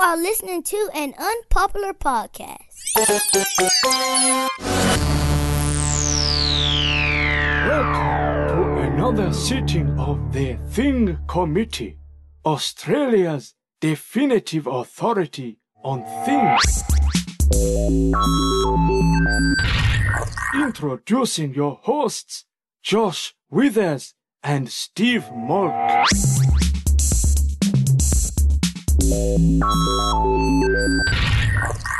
are listening to an unpopular podcast. Welcome to another sitting of the Thing Committee, Australia's definitive authority on things. Introducing your hosts, Josh Withers and Steve Malk.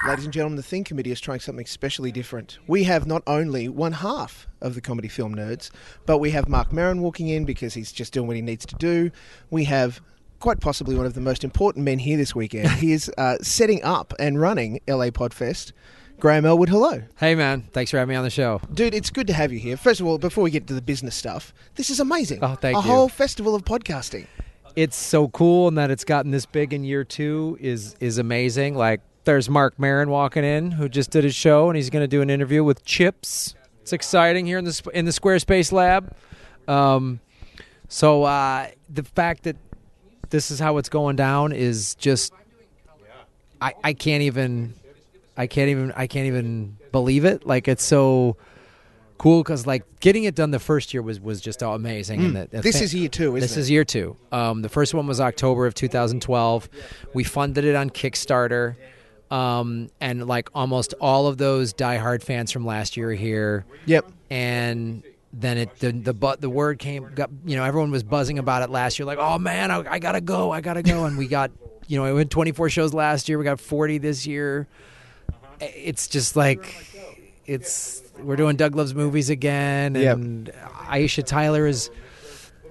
Ladies and gentlemen, the Thing Committee is trying something specially different. We have not only one half of the comedy film nerds, but we have Mark Maron walking in because he's just doing what he needs to do. We have quite possibly one of the most important men here this weekend. he is uh, setting up and running LA Podfest. Graham Elwood, hello. Hey man, thanks for having me on the show. Dude, it's good to have you here. First of all, before we get to the business stuff, this is amazing. Oh, thank A you. whole festival of podcasting. It's so cool and that it's gotten this big in year 2 is is amazing. Like there's Mark Marin walking in who just did his show and he's going to do an interview with Chips. It's exciting here in the sp- in the Squarespace lab. Um so uh the fact that this is how it's going down is just I I can't even I can't even I can't even believe it. Like it's so cool cuz like getting it done the first year was was just amazing and that, Hmm. This is year two, isn't this it? is year two. Um, the first one was October of 2012. We funded it on Kickstarter, um, and like almost all of those diehard fans from last year are here. Yep. And then it the the but the word came. Got, you know, everyone was buzzing about it last year. Like, oh man, I, I gotta go, I gotta go. And we got, you know, we went 24 shows last year. We got 40 this year. It's just like, it's we're doing Doug Loves Movies again, Yep. and Aisha Tyler is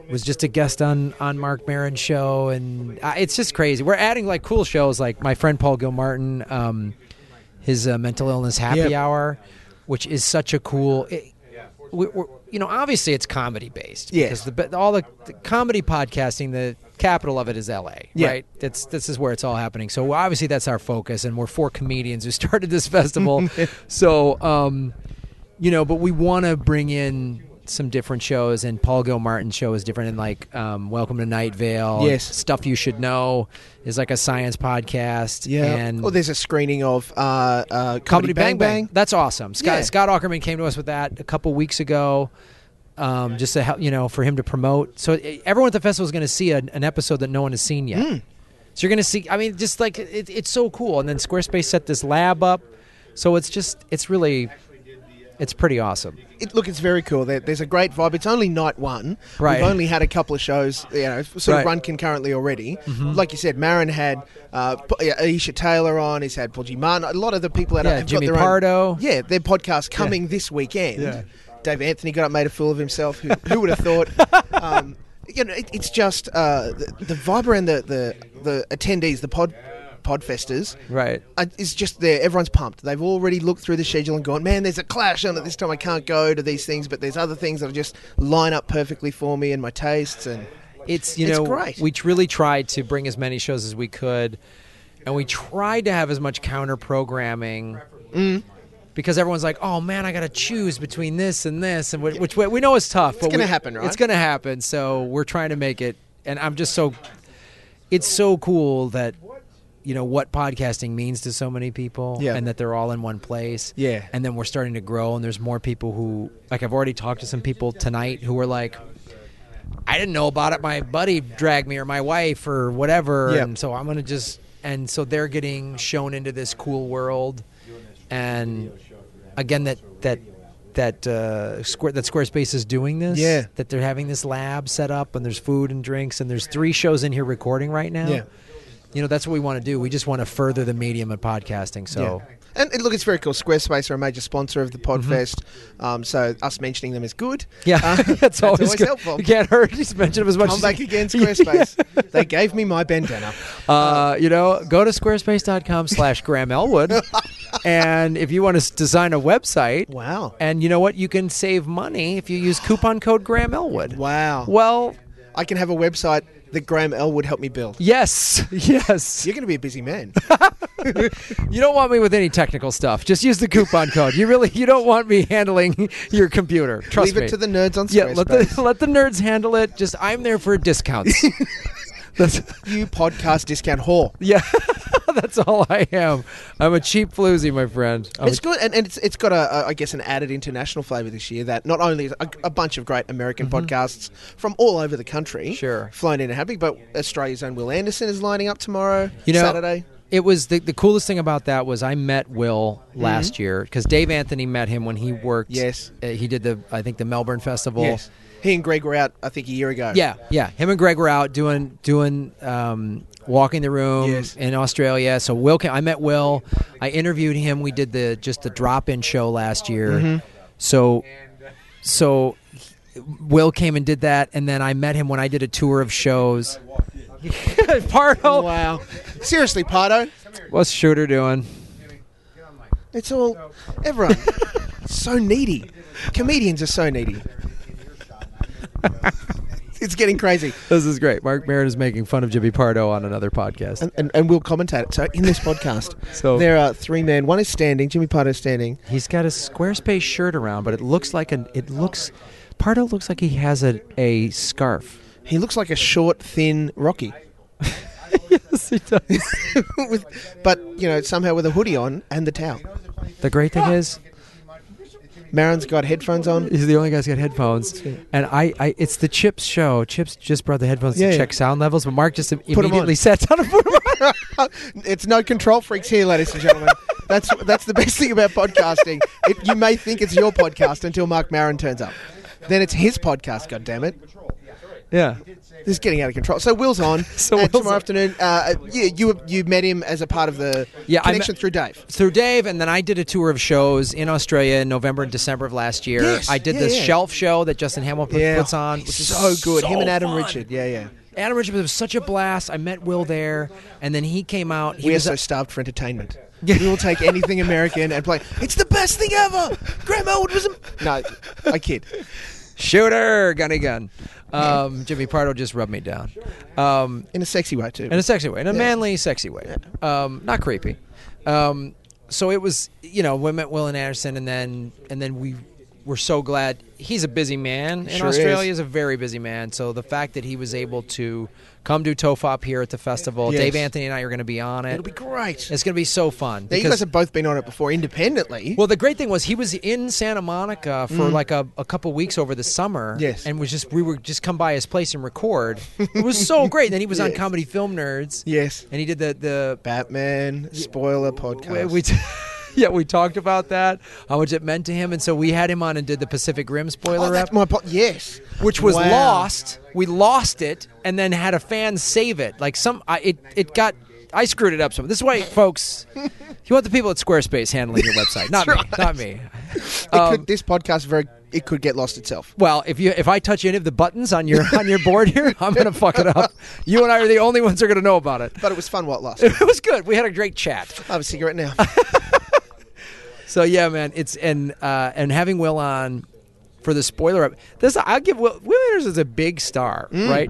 was just a guest on on Mark Maron's show, and uh, it's just crazy. We're adding like cool shows, like my friend Paul Gilmartin, um, his uh, mental illness happy Yep. hour, which is such a cool. It, we, we're, you know, obviously it's comedy based. Yes. because the, but all the, the comedy podcasting, the capital of it is L.A. Yeah. Right. That's this is where it's all happening. So obviously that's our focus, and we're four comedians who started this festival. so. um you know, but we want to bring in some different shows, and Paul Gilmartin's show is different. And like, um, Welcome to Night Vale, Yes. stuff you should know is like a science podcast. Yeah. and oh, there's a screening of uh, uh, Comedy, Comedy Bang Bang. That's awesome. Scott Yeah. Scott Ackerman came to us with that a couple weeks ago, um, just to help you know for him to promote. So eh, everyone at the festival is going to see an, an episode that no one has seen yet. Mm. So you're going to see. I mean, just like it, it's so cool. And then Squarespace set this lab up, so it's just it's really it's pretty awesome. it, look, it's very cool. There, there's a great vibe. It's only night one. Right. We've only had a couple of shows, you know, sort of Right. Mm-hmm. run concurrently already. Like you said, Marin had uh, P- yeah, Aisha Taylor on. He's had Paul G. Martin. A lot of the people that Yeah, have Jimmy got their Pardo. Own, yeah, their podcast coming this weekend. Yeah. Dave Anthony got up, made a fool of himself. Who, who would have thought? Um, you know, it, it's just uh, the, the vibe around the, the, the attendees, the pod podfesters. Right. I- it's just there. Everyone's pumped. They've already looked through the schedule and gone, man, there's a clash on it this time. I can't go to these things, but there's other things that'll just line up perfectly for me and my tastes. And it's you It's know great. we really tried to bring as many shows as we could and we tried to have as much counter programming Mm-hmm. because everyone's like oh man i gotta choose between this and this and wh- which we- we know is tough it's gonna happen, right? it's gonna happen so we're trying to make it and i'm just so it's so cool that you know what podcasting means to so many people Yeah. and that they're all in one place Yeah. and then we're starting to grow and there's more people who like i've already talked to some people tonight who were like I didn't know about it. My buddy dragged me or my wife or whatever. Yep. And so I'm going to just, and so they're getting shown into this cool world. And again, that, that, that uh, Square that Squarespace is doing this. Yeah. That they're having this lab set up, and there's food and drinks, and there's three shows in here recording right now. Yeah. You know that's what we want to do. We just want to further the medium of podcasting. So And, and look, it's very cool. Squarespace are a major sponsor of the Podfest, um, so us mentioning them is good. Mm-hmm. yeah, Uh, that's always, good. helpful. You can't hurt. Just mention them as much. Come as back you- again, Yeah. Squarespace. They gave me my bandana. Uh, you know, go to squarespace.com slash Graham Elwood. and if you want to s- design a website. Wow. And you know what? You can save money if you use coupon code Graham Elwood. Wow. Well, I can have a website that Graham Elwood helped me build. yes. Yes. You're going to be a busy man. You don't want me with any technical stuff. Just use the coupon code. You really you don't want me handling your computer. Trust Leave me. it to the nerds on yeah, Squarespace. let the let the nerds handle it. Just I'm there for discounts. That's you podcast discount whore. yeah. That's all I am. I'm a cheap floozy, my friend. I'm It's good, and, and it's it's got a, a I guess an added international flavour this year. That not only is a, a bunch of great American podcasts from all over the country, Mm-hmm. Sure. flown in and happy, but Australia's own Will Anderson is lining up tomorrow, You know, Saturday. It was the, the coolest thing about that was I met Will last year because Dave Anthony met him when he worked. Mm-hmm. Yes. uh, he did the I think the Melbourne Festival. Yes, he and Greg were out I think a year ago. Yeah, yeah. Him and Greg were out doing doing um, walking the room Yes. in Australia. So Will, came, I met Will. I interviewed him. We did the just the drop in show last year. Mm-hmm. So, so Will came and did that, and then I met him when I did a tour of shows. Pardo, wow. Seriously, Pardo, what's Shooter doing? it's all everyone so needy. Comedians are so needy. it's getting crazy. This is great. Mark Maron is making fun of Jimmy Pardo on another podcast. and, and, and we'll commentate it. So in this podcast, So- there are three men. One is standing. Jimmy Pardo's standing. He's got a Squarespace shirt around, but it looks like an it looks Pardo looks like he has a, a scarf. He looks like a short, thin Rocky, yes, he does. with, but you know somehow with a hoodie on and the towel. the great thing is Maron's got headphones on. he's the only guy who's got headphones. And I, I it's the Chips show. Chips just brought the headphones Yeah, to yeah. check sound levels, but Mark just im- 'em on. immediately sat down and put 'em on. it's no control freaks here, ladies and gentlemen. That's that's the best thing about podcasting. It, you may think it's your podcast until Mark Maron turns up. Then it's his podcast. God damn it! Yeah. This is getting out of control. So Will's on. So and Will's tomorrow on. afternoon, uh, yeah, you you met him as a part of the Yeah, I connection met- through Dave. Through Dave, and then I did a tour of shows in Australia in November and December of last year. Yes, I did yeah, the yeah. shelf show that Justin Hamill put- puts on, which is so good. Him so and Adam fun. Richard. Yeah, yeah. Adam Richards was such a blast. I met Will there, and then he came out. He We are was so starved for entertainment. we will take anything American and play. It's the best thing ever. Graham Elwood was a no. I kid. shooter, gunny gun. Um, Jimmy Pardo just rubbed me down, um, In a sexy way too. in a sexy way, in a manly, sexy way, um, not creepy. Um, so it was, you know, we met Will and Anderson, and then and then we were so glad. He's a busy man in Sure is. Australia. Is. a very busy man. So the fact that he was able to come do Tofop here at the festival, Yes. Dave Anthony and I are going to be on it. It'll be great. it's going to be so fun. now, you because- guys have both been on it before independently. Well, the great thing was he was in Santa Monica for like a, a couple weeks over the summer. Mm. Yes. And was just we were just come by his place and record. It was so great. Then he was on Yes. Comedy Film Nerds. yes. And he did the the Batman spoiler podcast. we, we t- yeah we talked about that how much it meant to him, and so we had him on and did the Pacific Rim spoiler oh, that's rep, my po- yes. which was Wow. lost. We lost it, and then had a fan save it. Like some, I, it it got. I screwed it up. Some. This is why, folks, you want the people at Squarespace handling your website, not me, not me. It um, could, this podcast very. It could get lost itself. Well, if you if I touch any of the buttons on your on your board here, I'm gonna fuck it up. You and I are the only ones who are gonna know about it. But it was fun while it lasted. It was good. We had a great chat. I have a cigarette now. So yeah, man, it's and uh, and having Will on for the spoiler up. This I'll give Will Will Anderson is a big star, Mm. right?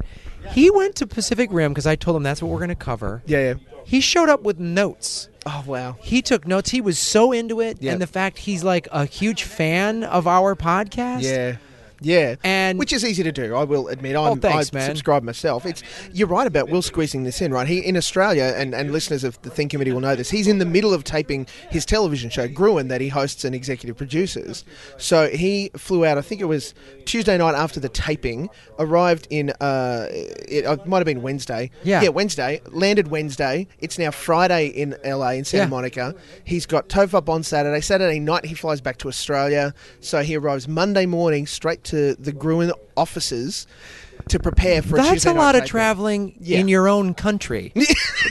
He went to Pacific Rim because I told him that's what we're gonna cover. yeah, yeah. He showed up with notes. Oh wow. He took notes. He was so into it, Yeah. and the fact he's like a huge fan of our podcast. Yeah. Yeah, And- Oh, which is easy to do. I will admit, I'm, thanks, I man. subscribe myself. It's you're right about Will squeezing this in, right? He in Australia, and, and listeners of the Think Committee will know this. He's in the middle of taping his television show Gruen that he hosts and executive produces. So he flew out. I think it was Tuesday night after the taping. Arrived in uh, it, it might have been Wednesday. Yeah. yeah, Wednesday. Landed Wednesday. It's now Friday in LA in Santa Yeah. Monica. He's got Tove up on Saturday. Saturday night he flies back to Australia, so he arrives Monday morning straight to the Gruen offices to prepare for. That's Tuesday a night lot of taping. traveling Yeah. in your own country,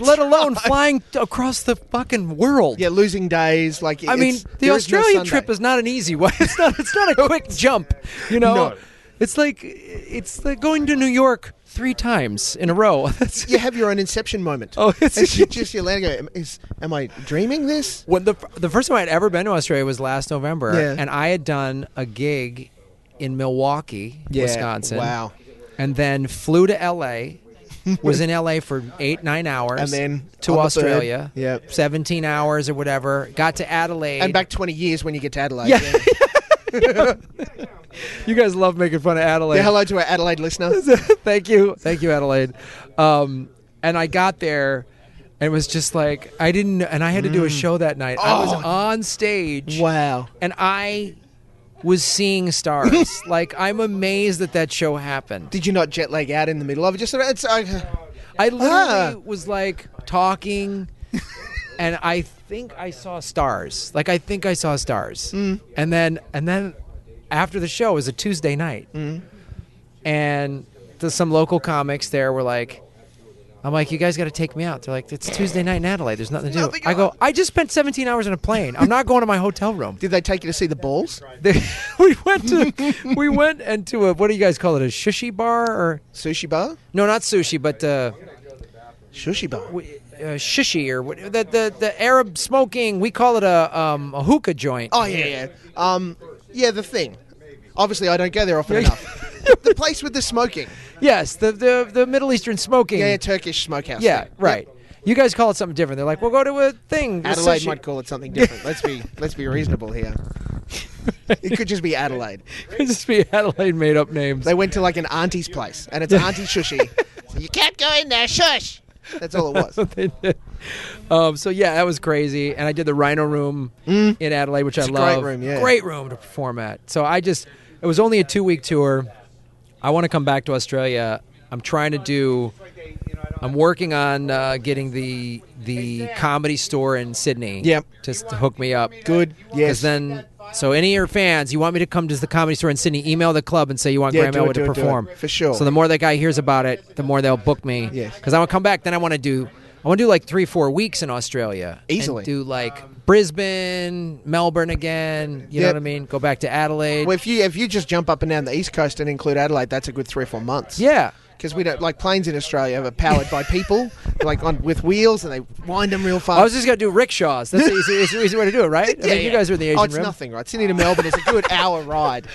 let alone flying t- across the fucking world. Yeah, losing days. Like I mean, it's- the there is no Australian Sunday. trip is not an easy one. It's not. It's not a quick jump. You know, No. it's like it's like going to New York three times in a row. That's You have your own inception moment. Oh, it's- It's ju- just you landing. Am, is am I dreaming this? when the the first time I had ever been to Australia was last November, Yeah. and I had done a gig in Milwaukee, Yeah, Wisconsin. wow. And then flew to L.A. was in L.A. for eight nine hours, And then to on the Australia, bird. Yep. seventeen hours or whatever. Got to Adelaide And back twenty years when you get to Adelaide. Yeah. You guys love making fun of Adelaide. Yeah, hello to our Adelaide listener. thank you, thank you, Adelaide. Um, and I got there, And it was just like I didn't, and I had to do a show that night. I was on stage, Wow. and I was seeing stars. like I'm amazed that that show happened. Did you not jet lag out in the middle of it? Just sort of, it's uh, I Ah. literally was like talking, and I think I saw stars. Like I think I saw stars. And then and then after the show it was a Tuesday night, and the, some local comics there were like. I'm like, you guys got to take me out. They're like, it's Tuesday night in Adelaide. There's nothing to do. Nothing I go, I just spent 17 hours in a plane. I'm not going to my hotel room. did they take you to see the balls? They- we went to, we went and to a, what do you guys call it? A sushi bar or Sushi bar, no, not sushi, but uh, sushi bar. uh, shishi or what, the, the the Arab smoking. We call it a um, a hookah joint. Oh yeah, yeah. Um, yeah, the thing. Obviously, I don't go there often enough. the place with the smoking. Yes, the the, the Middle Eastern smoking. Yeah, Turkish smokehouse. Yeah, thing. right. You guys call it something different. They're like, we'll go to a thing. a Adelaide sushi." might call it something different. let's be let's be reasonable here. It could just be Adelaide. Could just be Adelaide made up names. They went to like an auntie's place, and it's auntie sushi. you can't go in there, shush. That's all it was. what they did. Um, so yeah, that was crazy. And I did the Rhino Room in Adelaide, which I Mm. a love. great room, yeah. Great room to perform at. So I just, it was only a two week tour. I want to come back to Australia. I'm trying to do. I'm working on uh, getting the the comedy store in Sydney. Yep. Just to hook me up. Good. Yes. Because then, so any of your fans, you want me to come to the comedy store in Sydney, email the club and say you want Yeah, Graham do it, Elwood do to it, do it. perform. For sure. So the more that guy hears about it, the more they'll book me. Yes. Because I want to come back. Then I want to do, I want to do like three, four weeks in Australia. and Easily. do like Brisbane, Melbourne again. You know Yep. what I mean? Go back to Adelaide. Well, if you if you just jump up and down the east coast and include Adelaide, that's a good three or four months. yeah. because we don't like planes in Australia are powered by people, like on with wheels, and they wind them real fast. I was just going to do rickshaws. That's the easy, it's the easy way to do it, right? I Yeah, mean, you yeah. guys are in the Asian Oh, it's Rim. nothing, right? Sydney to Melbourne is a good hour ride.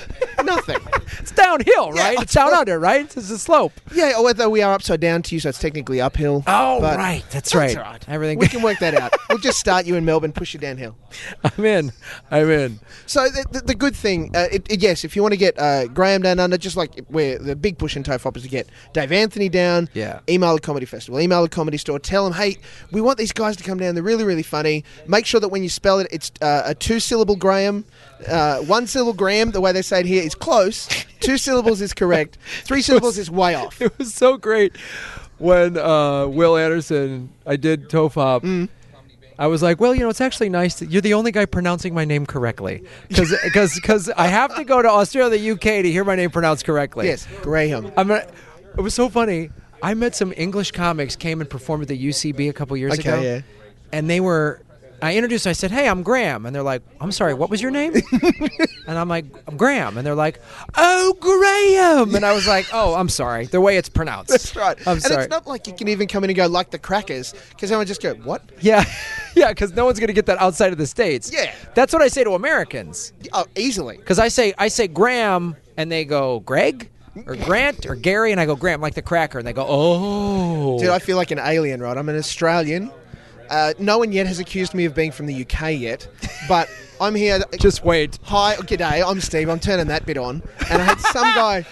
Nothing. It's downhill, Yeah, right? I it's down under, right? It's a slope. Yeah, although we are upside down to you, so it's technically uphill. Oh, but right. That's, that's right. all right. Everything. We can work that out. We'll just start you in Melbourne, push you downhill. I'm in. I'm in. So the, the, the good thing, uh, it, it- yes, if you want to get uh, Graham down under, just like where the big push in Tofop is to get Dave Anthony down. Yeah. Email the comedy festival, email the comedy store, tell them, hey, we want these guys to come down. They're really really funny. Make sure that when you spell it, it's uh, a two syllable Graham, uh, one syllable Graham. The way they say it here is close. two syllables is correct. Three syllables is way off. it was so great when uh, Will Anderson, I did Tofop. I was like, well, you know, it's actually nice that you're the only guy pronouncing my name correctly, because I have to go to Australia, the UK, to hear my name pronounced correctly. Yes, Graham. I'm. Not, it was so funny. I met some English comics came and performed at the UCB a couple years Okay, ago, yeah. and they were. I introduced. I said, "Hey, I'm Graham," and they're like, "I'm sorry, what was your name?" and I'm like, "I'm Graham," and they're like, "Oh, Graham," and I was like, "Oh, I'm sorry, the way it's pronounced." That's right. I'm and sorry. it's not like you can even come in and go like the crackers because I would just go what? yeah, yeah, because no one's gonna get that outside of the states. Yeah. that's what I say to Americans. Oh, easily. Because I say I say Graham, and they go Greg or Grant or Gary, and I go Graham like the cracker, and they go oh. Dude, I feel like an alien, right? I'm an Australian. Uh, no one yet has accused me of being from the UK yet, but I'm here. Just wait. hi, g'day. I'm Steve. I'm turning that bit on, and I had some guy.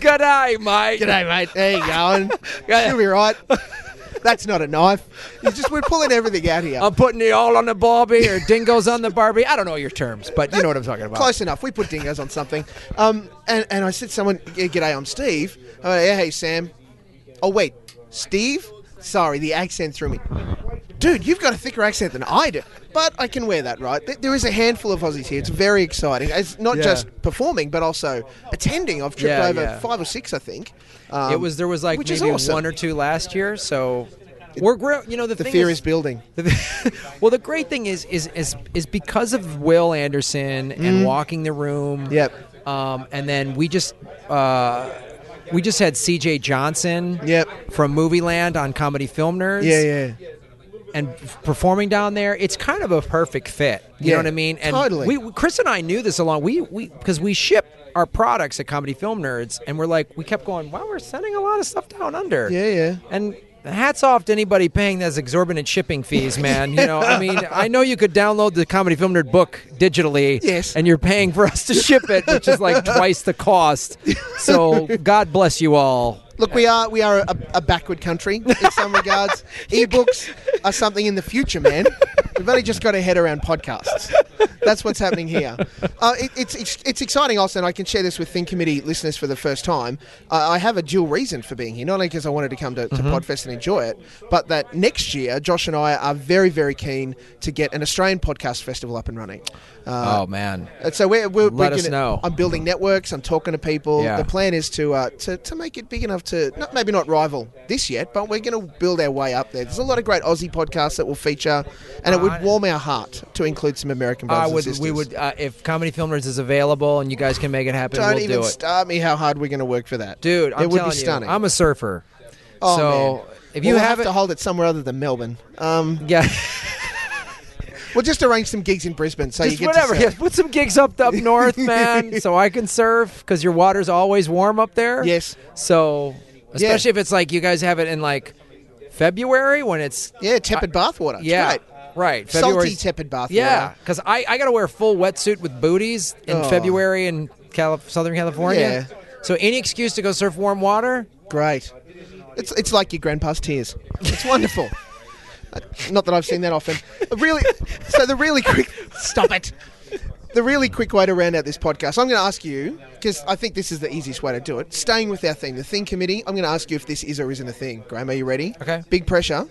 Good eye, mate. g'day, mate. There you go. And Yeah. You'll be right. That's not a knife. It's just we're pulling everything out here. I'm putting it all on the Barbie or dingoes on the Barbie. I don't know your terms, but you know what I'm talking about. Close enough. We put dingoes on something. Um, and, and I said, to someone, "Yeah, g'day, I'm Steve. Oh, yeah, hey, Sam. Oh, wait, Steve? Sorry, the accent threw me. Dude, you've got a thicker accent than I do. But I can wear that, right? There- There is a handful of Aussies here. It's very exciting. It's not Yeah. just performing, but also attending. I've tripped Yeah, over yeah. five or six, I think. Um, It was there was like which is maybe awesome. one or two last year, so we're grow. You know the, the thing fear is is building. well, the great thing is is is is because of Will Anderson and walking the room. Mm-hmm. Yep. Um, and then we just uh, we just had C.J. Johnson. Yep. From Movieland on Comedy Film Nerds. Yeah, yeah. and f- performing down there, it's kind of a perfect fit. You Yeah, know what I mean? And totally. We, we- Chris and I knew this along. We we because we ship our products at Comedy Film Nerds, and we're like, we kept going. Wow, we're sending a lot of stuff down under. Yeah, yeah. And hats off to anybody paying those exorbitant shipping fees, man. You know, I mean, I know you could download the Comedy Film Nerd book digitally. Yes. And you're paying for us to ship it, which is like twice the cost. So God bless you all. Look, we are we are a, a backward country in some regards. Ebooks are something in the future, man. We've only just got our head around podcasts. That's what's happening here. Uh, it, it's, it's it's exciting, also, and I can share this with Think Committee listeners for the first time. Uh, I have a dual reason for being here, not only because I wanted to come to, to Podfest and enjoy it, but that next year Josh and I are very very keen to get an Australian podcast festival up and running. Uh, Oh man, and so we're, we're, Let we're us know. I'm building networks. I'm talking to people. Yeah. The plan is to, uh, to to make it big enough to not, maybe not rival this yet, but we're going to build our way up there. There's a lot of great Aussie podcasts that will feature, and it would warm our heart to include some American brothers I and would. We sisters. would. Uh, if comedy filmers is available and you guys can make it happen, Don't we'll even do it, start me how hard we're going to work for that, dude. I'm it would telling be stunning. You, I'm a surfer, oh, so man. if you We'll have, have, it, to hold it somewhere other than Melbourne, um, yeah, we'll just arrange some gigs in Brisbane. So you just get whatever. To Yeah, surf. put some gigs up up north, man, so I can surf because your water's always warm up there. Yes. So Yeah. especially if it's like you guys have it in like February when it's yeah, tepid bathwater. It's yeah great. right salty February's- tepid bathwater. Yeah, because I, I got to wear a full wetsuit with booties in Oh. February in Cali- Southern California. Yeah. So any excuse to go surf warm water, Great. It's, it's like your grandpa's tears. It's wonderful. Uh, Not that I've seen that often. Really, so the really quick. Stop it. The really quick way to round out this podcast. I'm going to ask you because I think this is the easiest way to do it. Staying with our theme, the thing committee. I'm going to ask you if this is or isn't a thing. Graham, are you ready? Okay. Big pressure.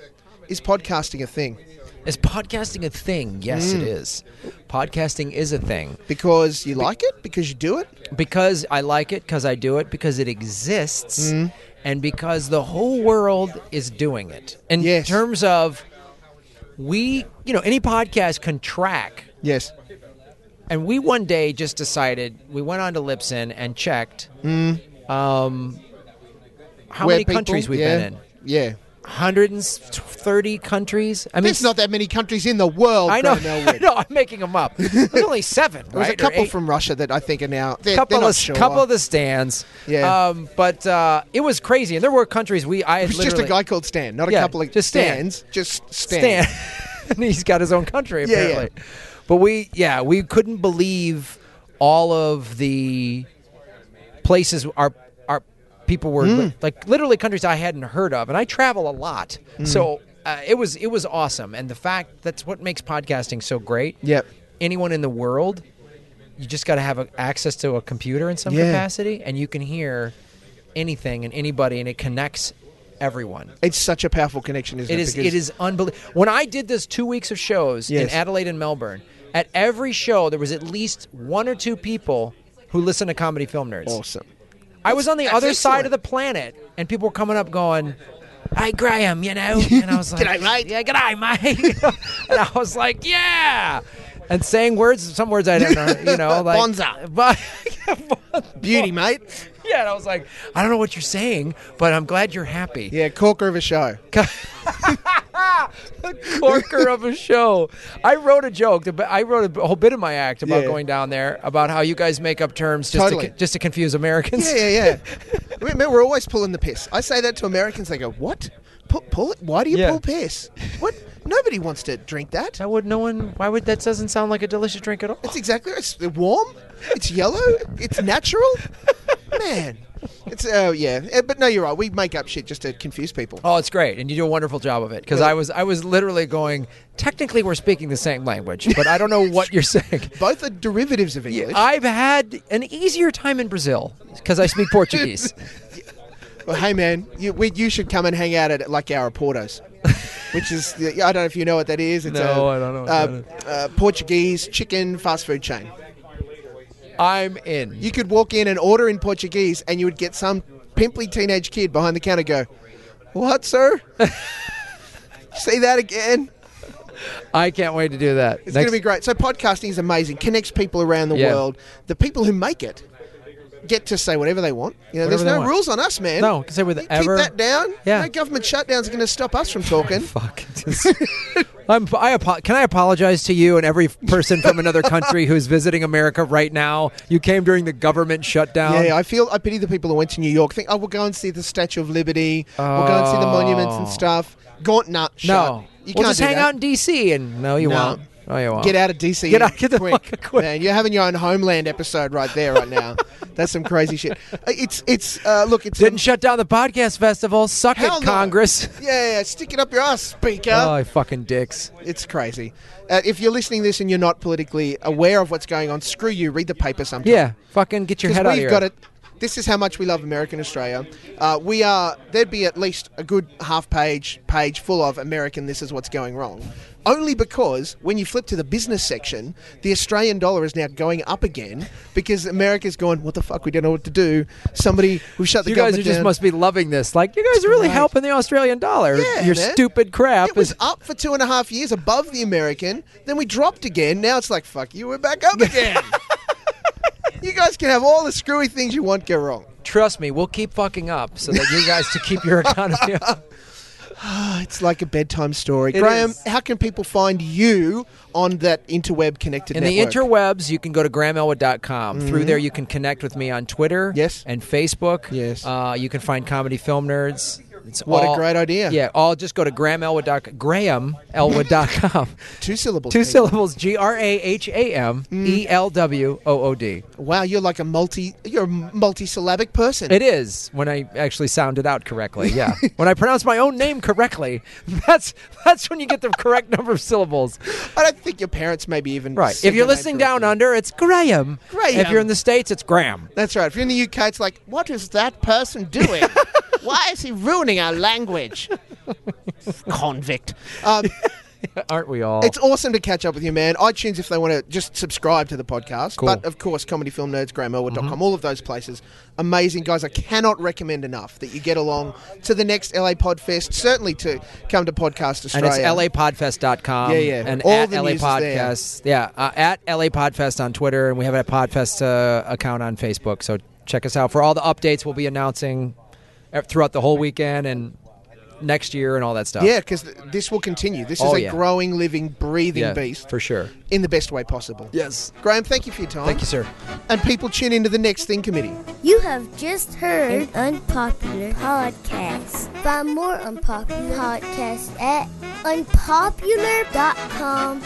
Is podcasting a thing? is podcasting a thing? Yes, it Mm. is. Podcasting is a thing Because you like it? Because you do it? because I like it, because I do it, because it exists, Mm. and because the whole world is doing it. In Yes. terms of we, you know, any podcast can track Yes. And we one day just decided we went on to Lipson and checked um, how Where many Mm. people- countries we've yeah, been in. Yeah. 130 countries. I mean, There's not that many countries in the world. I know. Graham Elwood. no, I'm making them up. There's only seven. There was right, a or couple eight. from Russia that I think are now. They're, couple they're not of sure. couple of the stands. Yeah. Um, but uh, it was crazy, and there were countries we I It was just a guy called Stan, not a Yeah, couple of just Stan. stands, just Stan. Stan. and he's got his own country Yeah, yeah. apparently. But we yeah, we couldn't believe all of the places our our people were Hmm. like literally countries I hadn't heard of and I travel a lot. Hmm. So uh, it was it was awesome and the fact that's what makes podcasting so great. Yep. Anyone in the world you just got to have a, access to a computer in some Yeah. capacity and you can hear anything and anybody and it connects everyone. It's such a powerful connection, isn't it? It is. Because- It is unbelievable. When I did this two weeks of shows in Yes. Adelaide and Melbourne, at every show there was at least one or two people who listened to comedy film nerds. awesome. I was on the that's other side excellent. of the planet, and people were coming up going. Hey Graham, you know, and I was like, G'day, mate. Yeah, g'day, mate. and I was like, yeah, and saying words, some words I don't know, you know, like Bonza. but Beauty, mate. yeah, and I was like, I don't know what you're saying, but I'm glad you're happy. Yeah, corker of a show. corker of a show. I wrote a joke. the- I wrote a whole bit of my act about Yeah. going down there about how you guys make up terms just Totally. to, just to confuse Americans. Yeah, yeah, yeah. Remember, we're always pulling the piss. I say that to Americans. They go, "What? Pull, pull it? Why do you Yeah. pull piss? What? Nobody wants to drink that. That would no one. Why would that doesn't sound like a delicious drink at all? It's exactly. It's warm. It's yellow. It's natural. Man, it's oh yeah. Eh, But no, you're right. We make up shit just to confuse people. Oh, it's great, and you do a wonderful job of it. Because I was I was literally going. Technically, we're speaking the same language, but I don't know what you're saying. Both are derivatives of English. I've had an easier time in Brazil because I speak Portuguese. Well, hey man, you we, you should come and hang out at like our Portos, which is the- I don't know if you know what that is. It's No, I I don't know what uh, uh, Portuguese chicken fast food chain. I'm in. You could walk in and order in Portuguese, and you would get some pimply teenage kid behind the counter go, "What, sir? Say that again." I can't wait to do that. It's going to be great. So podcasting is amazing. Connects people around the Yeah. world. The people who make it get to say whatever they want. You know, Whatever they there's no want. rules on us, man. No, can say You whatever- Keep that down. Yeah. No government shutdowns are going to stop us from talking. Fuck. Just- I'm, I apo- can I apologize to you and every person from another country who's visiting America right now? You came during the government shutdown. Yeah, I feel I pity the people who went to New York. Think, oh, we'll go and see the Statue of Liberty. We'll go and see the monuments and Oh. stuff. Gaunt nut. Shut. no. you we'll can't just do hang that. out in D.C. and no, you No. won't. Oh yeah, well. Get out of DC. Get out- get the quick, fuck quick. man. You're having your own Homeland episode right there, right now. That's some crazy shit. Uh, It's it's uh, look, it's Didn't shut down the podcast festival. Suck Hell it, no. Congress. Yeah, yeah, stick it up your ass, speaker. Oh, you fucking dicks. It's crazy. Uh, if you're listening to this and you're not politically aware of what's going on, screw you. Read the paper sometime. Yeah, fucking get your because head out of we've here. got it. This is how much we love American Australia. Uh, we are there'd be at least a good half page page full of American. This is what's going wrong. Only because when you flip to the business section, the Australian dollar is now going up again because America's going. What the fuck? We don't know what to do. Somebody we shut the You guys are government just down. must be loving this. Like you guys are really Right. helping the Australian dollar. Yeah, your man. stupid crap It was is up for two and a half years above the American. Then we dropped again. Now it's like fuck you. We're back up again. you guys can have all the screwy things you want go wrong. Trust me, we'll keep fucking up so that you guys to keep your economy up. Ah, It's like a bedtime story. It Graham, is. how can people find you on that interweb connected In the network? Mm-hmm. interwebs, you can go to grahamelwood.com. Through there, you can connect with me on Twitter Yes. and Facebook. Yes. Uh, you can find Comedy Film Nerds. It's What a all- great idea. Yeah, all just go to grahamelwood.com. grahamelwood.com. Two syllables. Two Pete. syllables, Mm. E G-R-A-H-A-M-E-L-W-O-O-D. Wow, you're like a multi you're a multi-syllabic person. It is when I actually sound it out correctly. Yeah, when I pronounce my own name correctly, that's that's when you get the correct number of syllables. I don't think your parents maybe even Right. said If you're your name listening down correctly. under, it's Graham. Graham. If you're in the states, it's Graham. That's right. If you're in the UK, it's like, what is that person doing? Why is he ruining our language? Convict. Um, Aren't we all? It's awesome to catch up with you, man. iTunes, if they want to just subscribe to the podcast. Cool. Mm-hmm. But of course, Comedy Film Nerds, GrahamElwood.com, all of those places. Amazing, guys. I cannot recommend enough that you get along to the next LA Podfest, certainly to come to Podcast and Australia. it's lapodfest.com. Yeah, yeah. And All at the LA news is there. Podcast. Yeah, uh, at LA Podfest on Twitter, and we have a Podfest uh, account on Facebook. So check us out for all the updates we'll be announcing uh, throughout the whole weekend and next year and all that stuff. Yeah, because th- this will continue. This Oh, is a yeah. growing, living, breathing Yeah, beast for sure. in the best way possible. Yes. Graham, thank you for your time. Thank you, sir. And people tune into the next thing committee. You have just heard Unpopular Podcast. Find more Unpopular Podcasts at unpopular.com.au.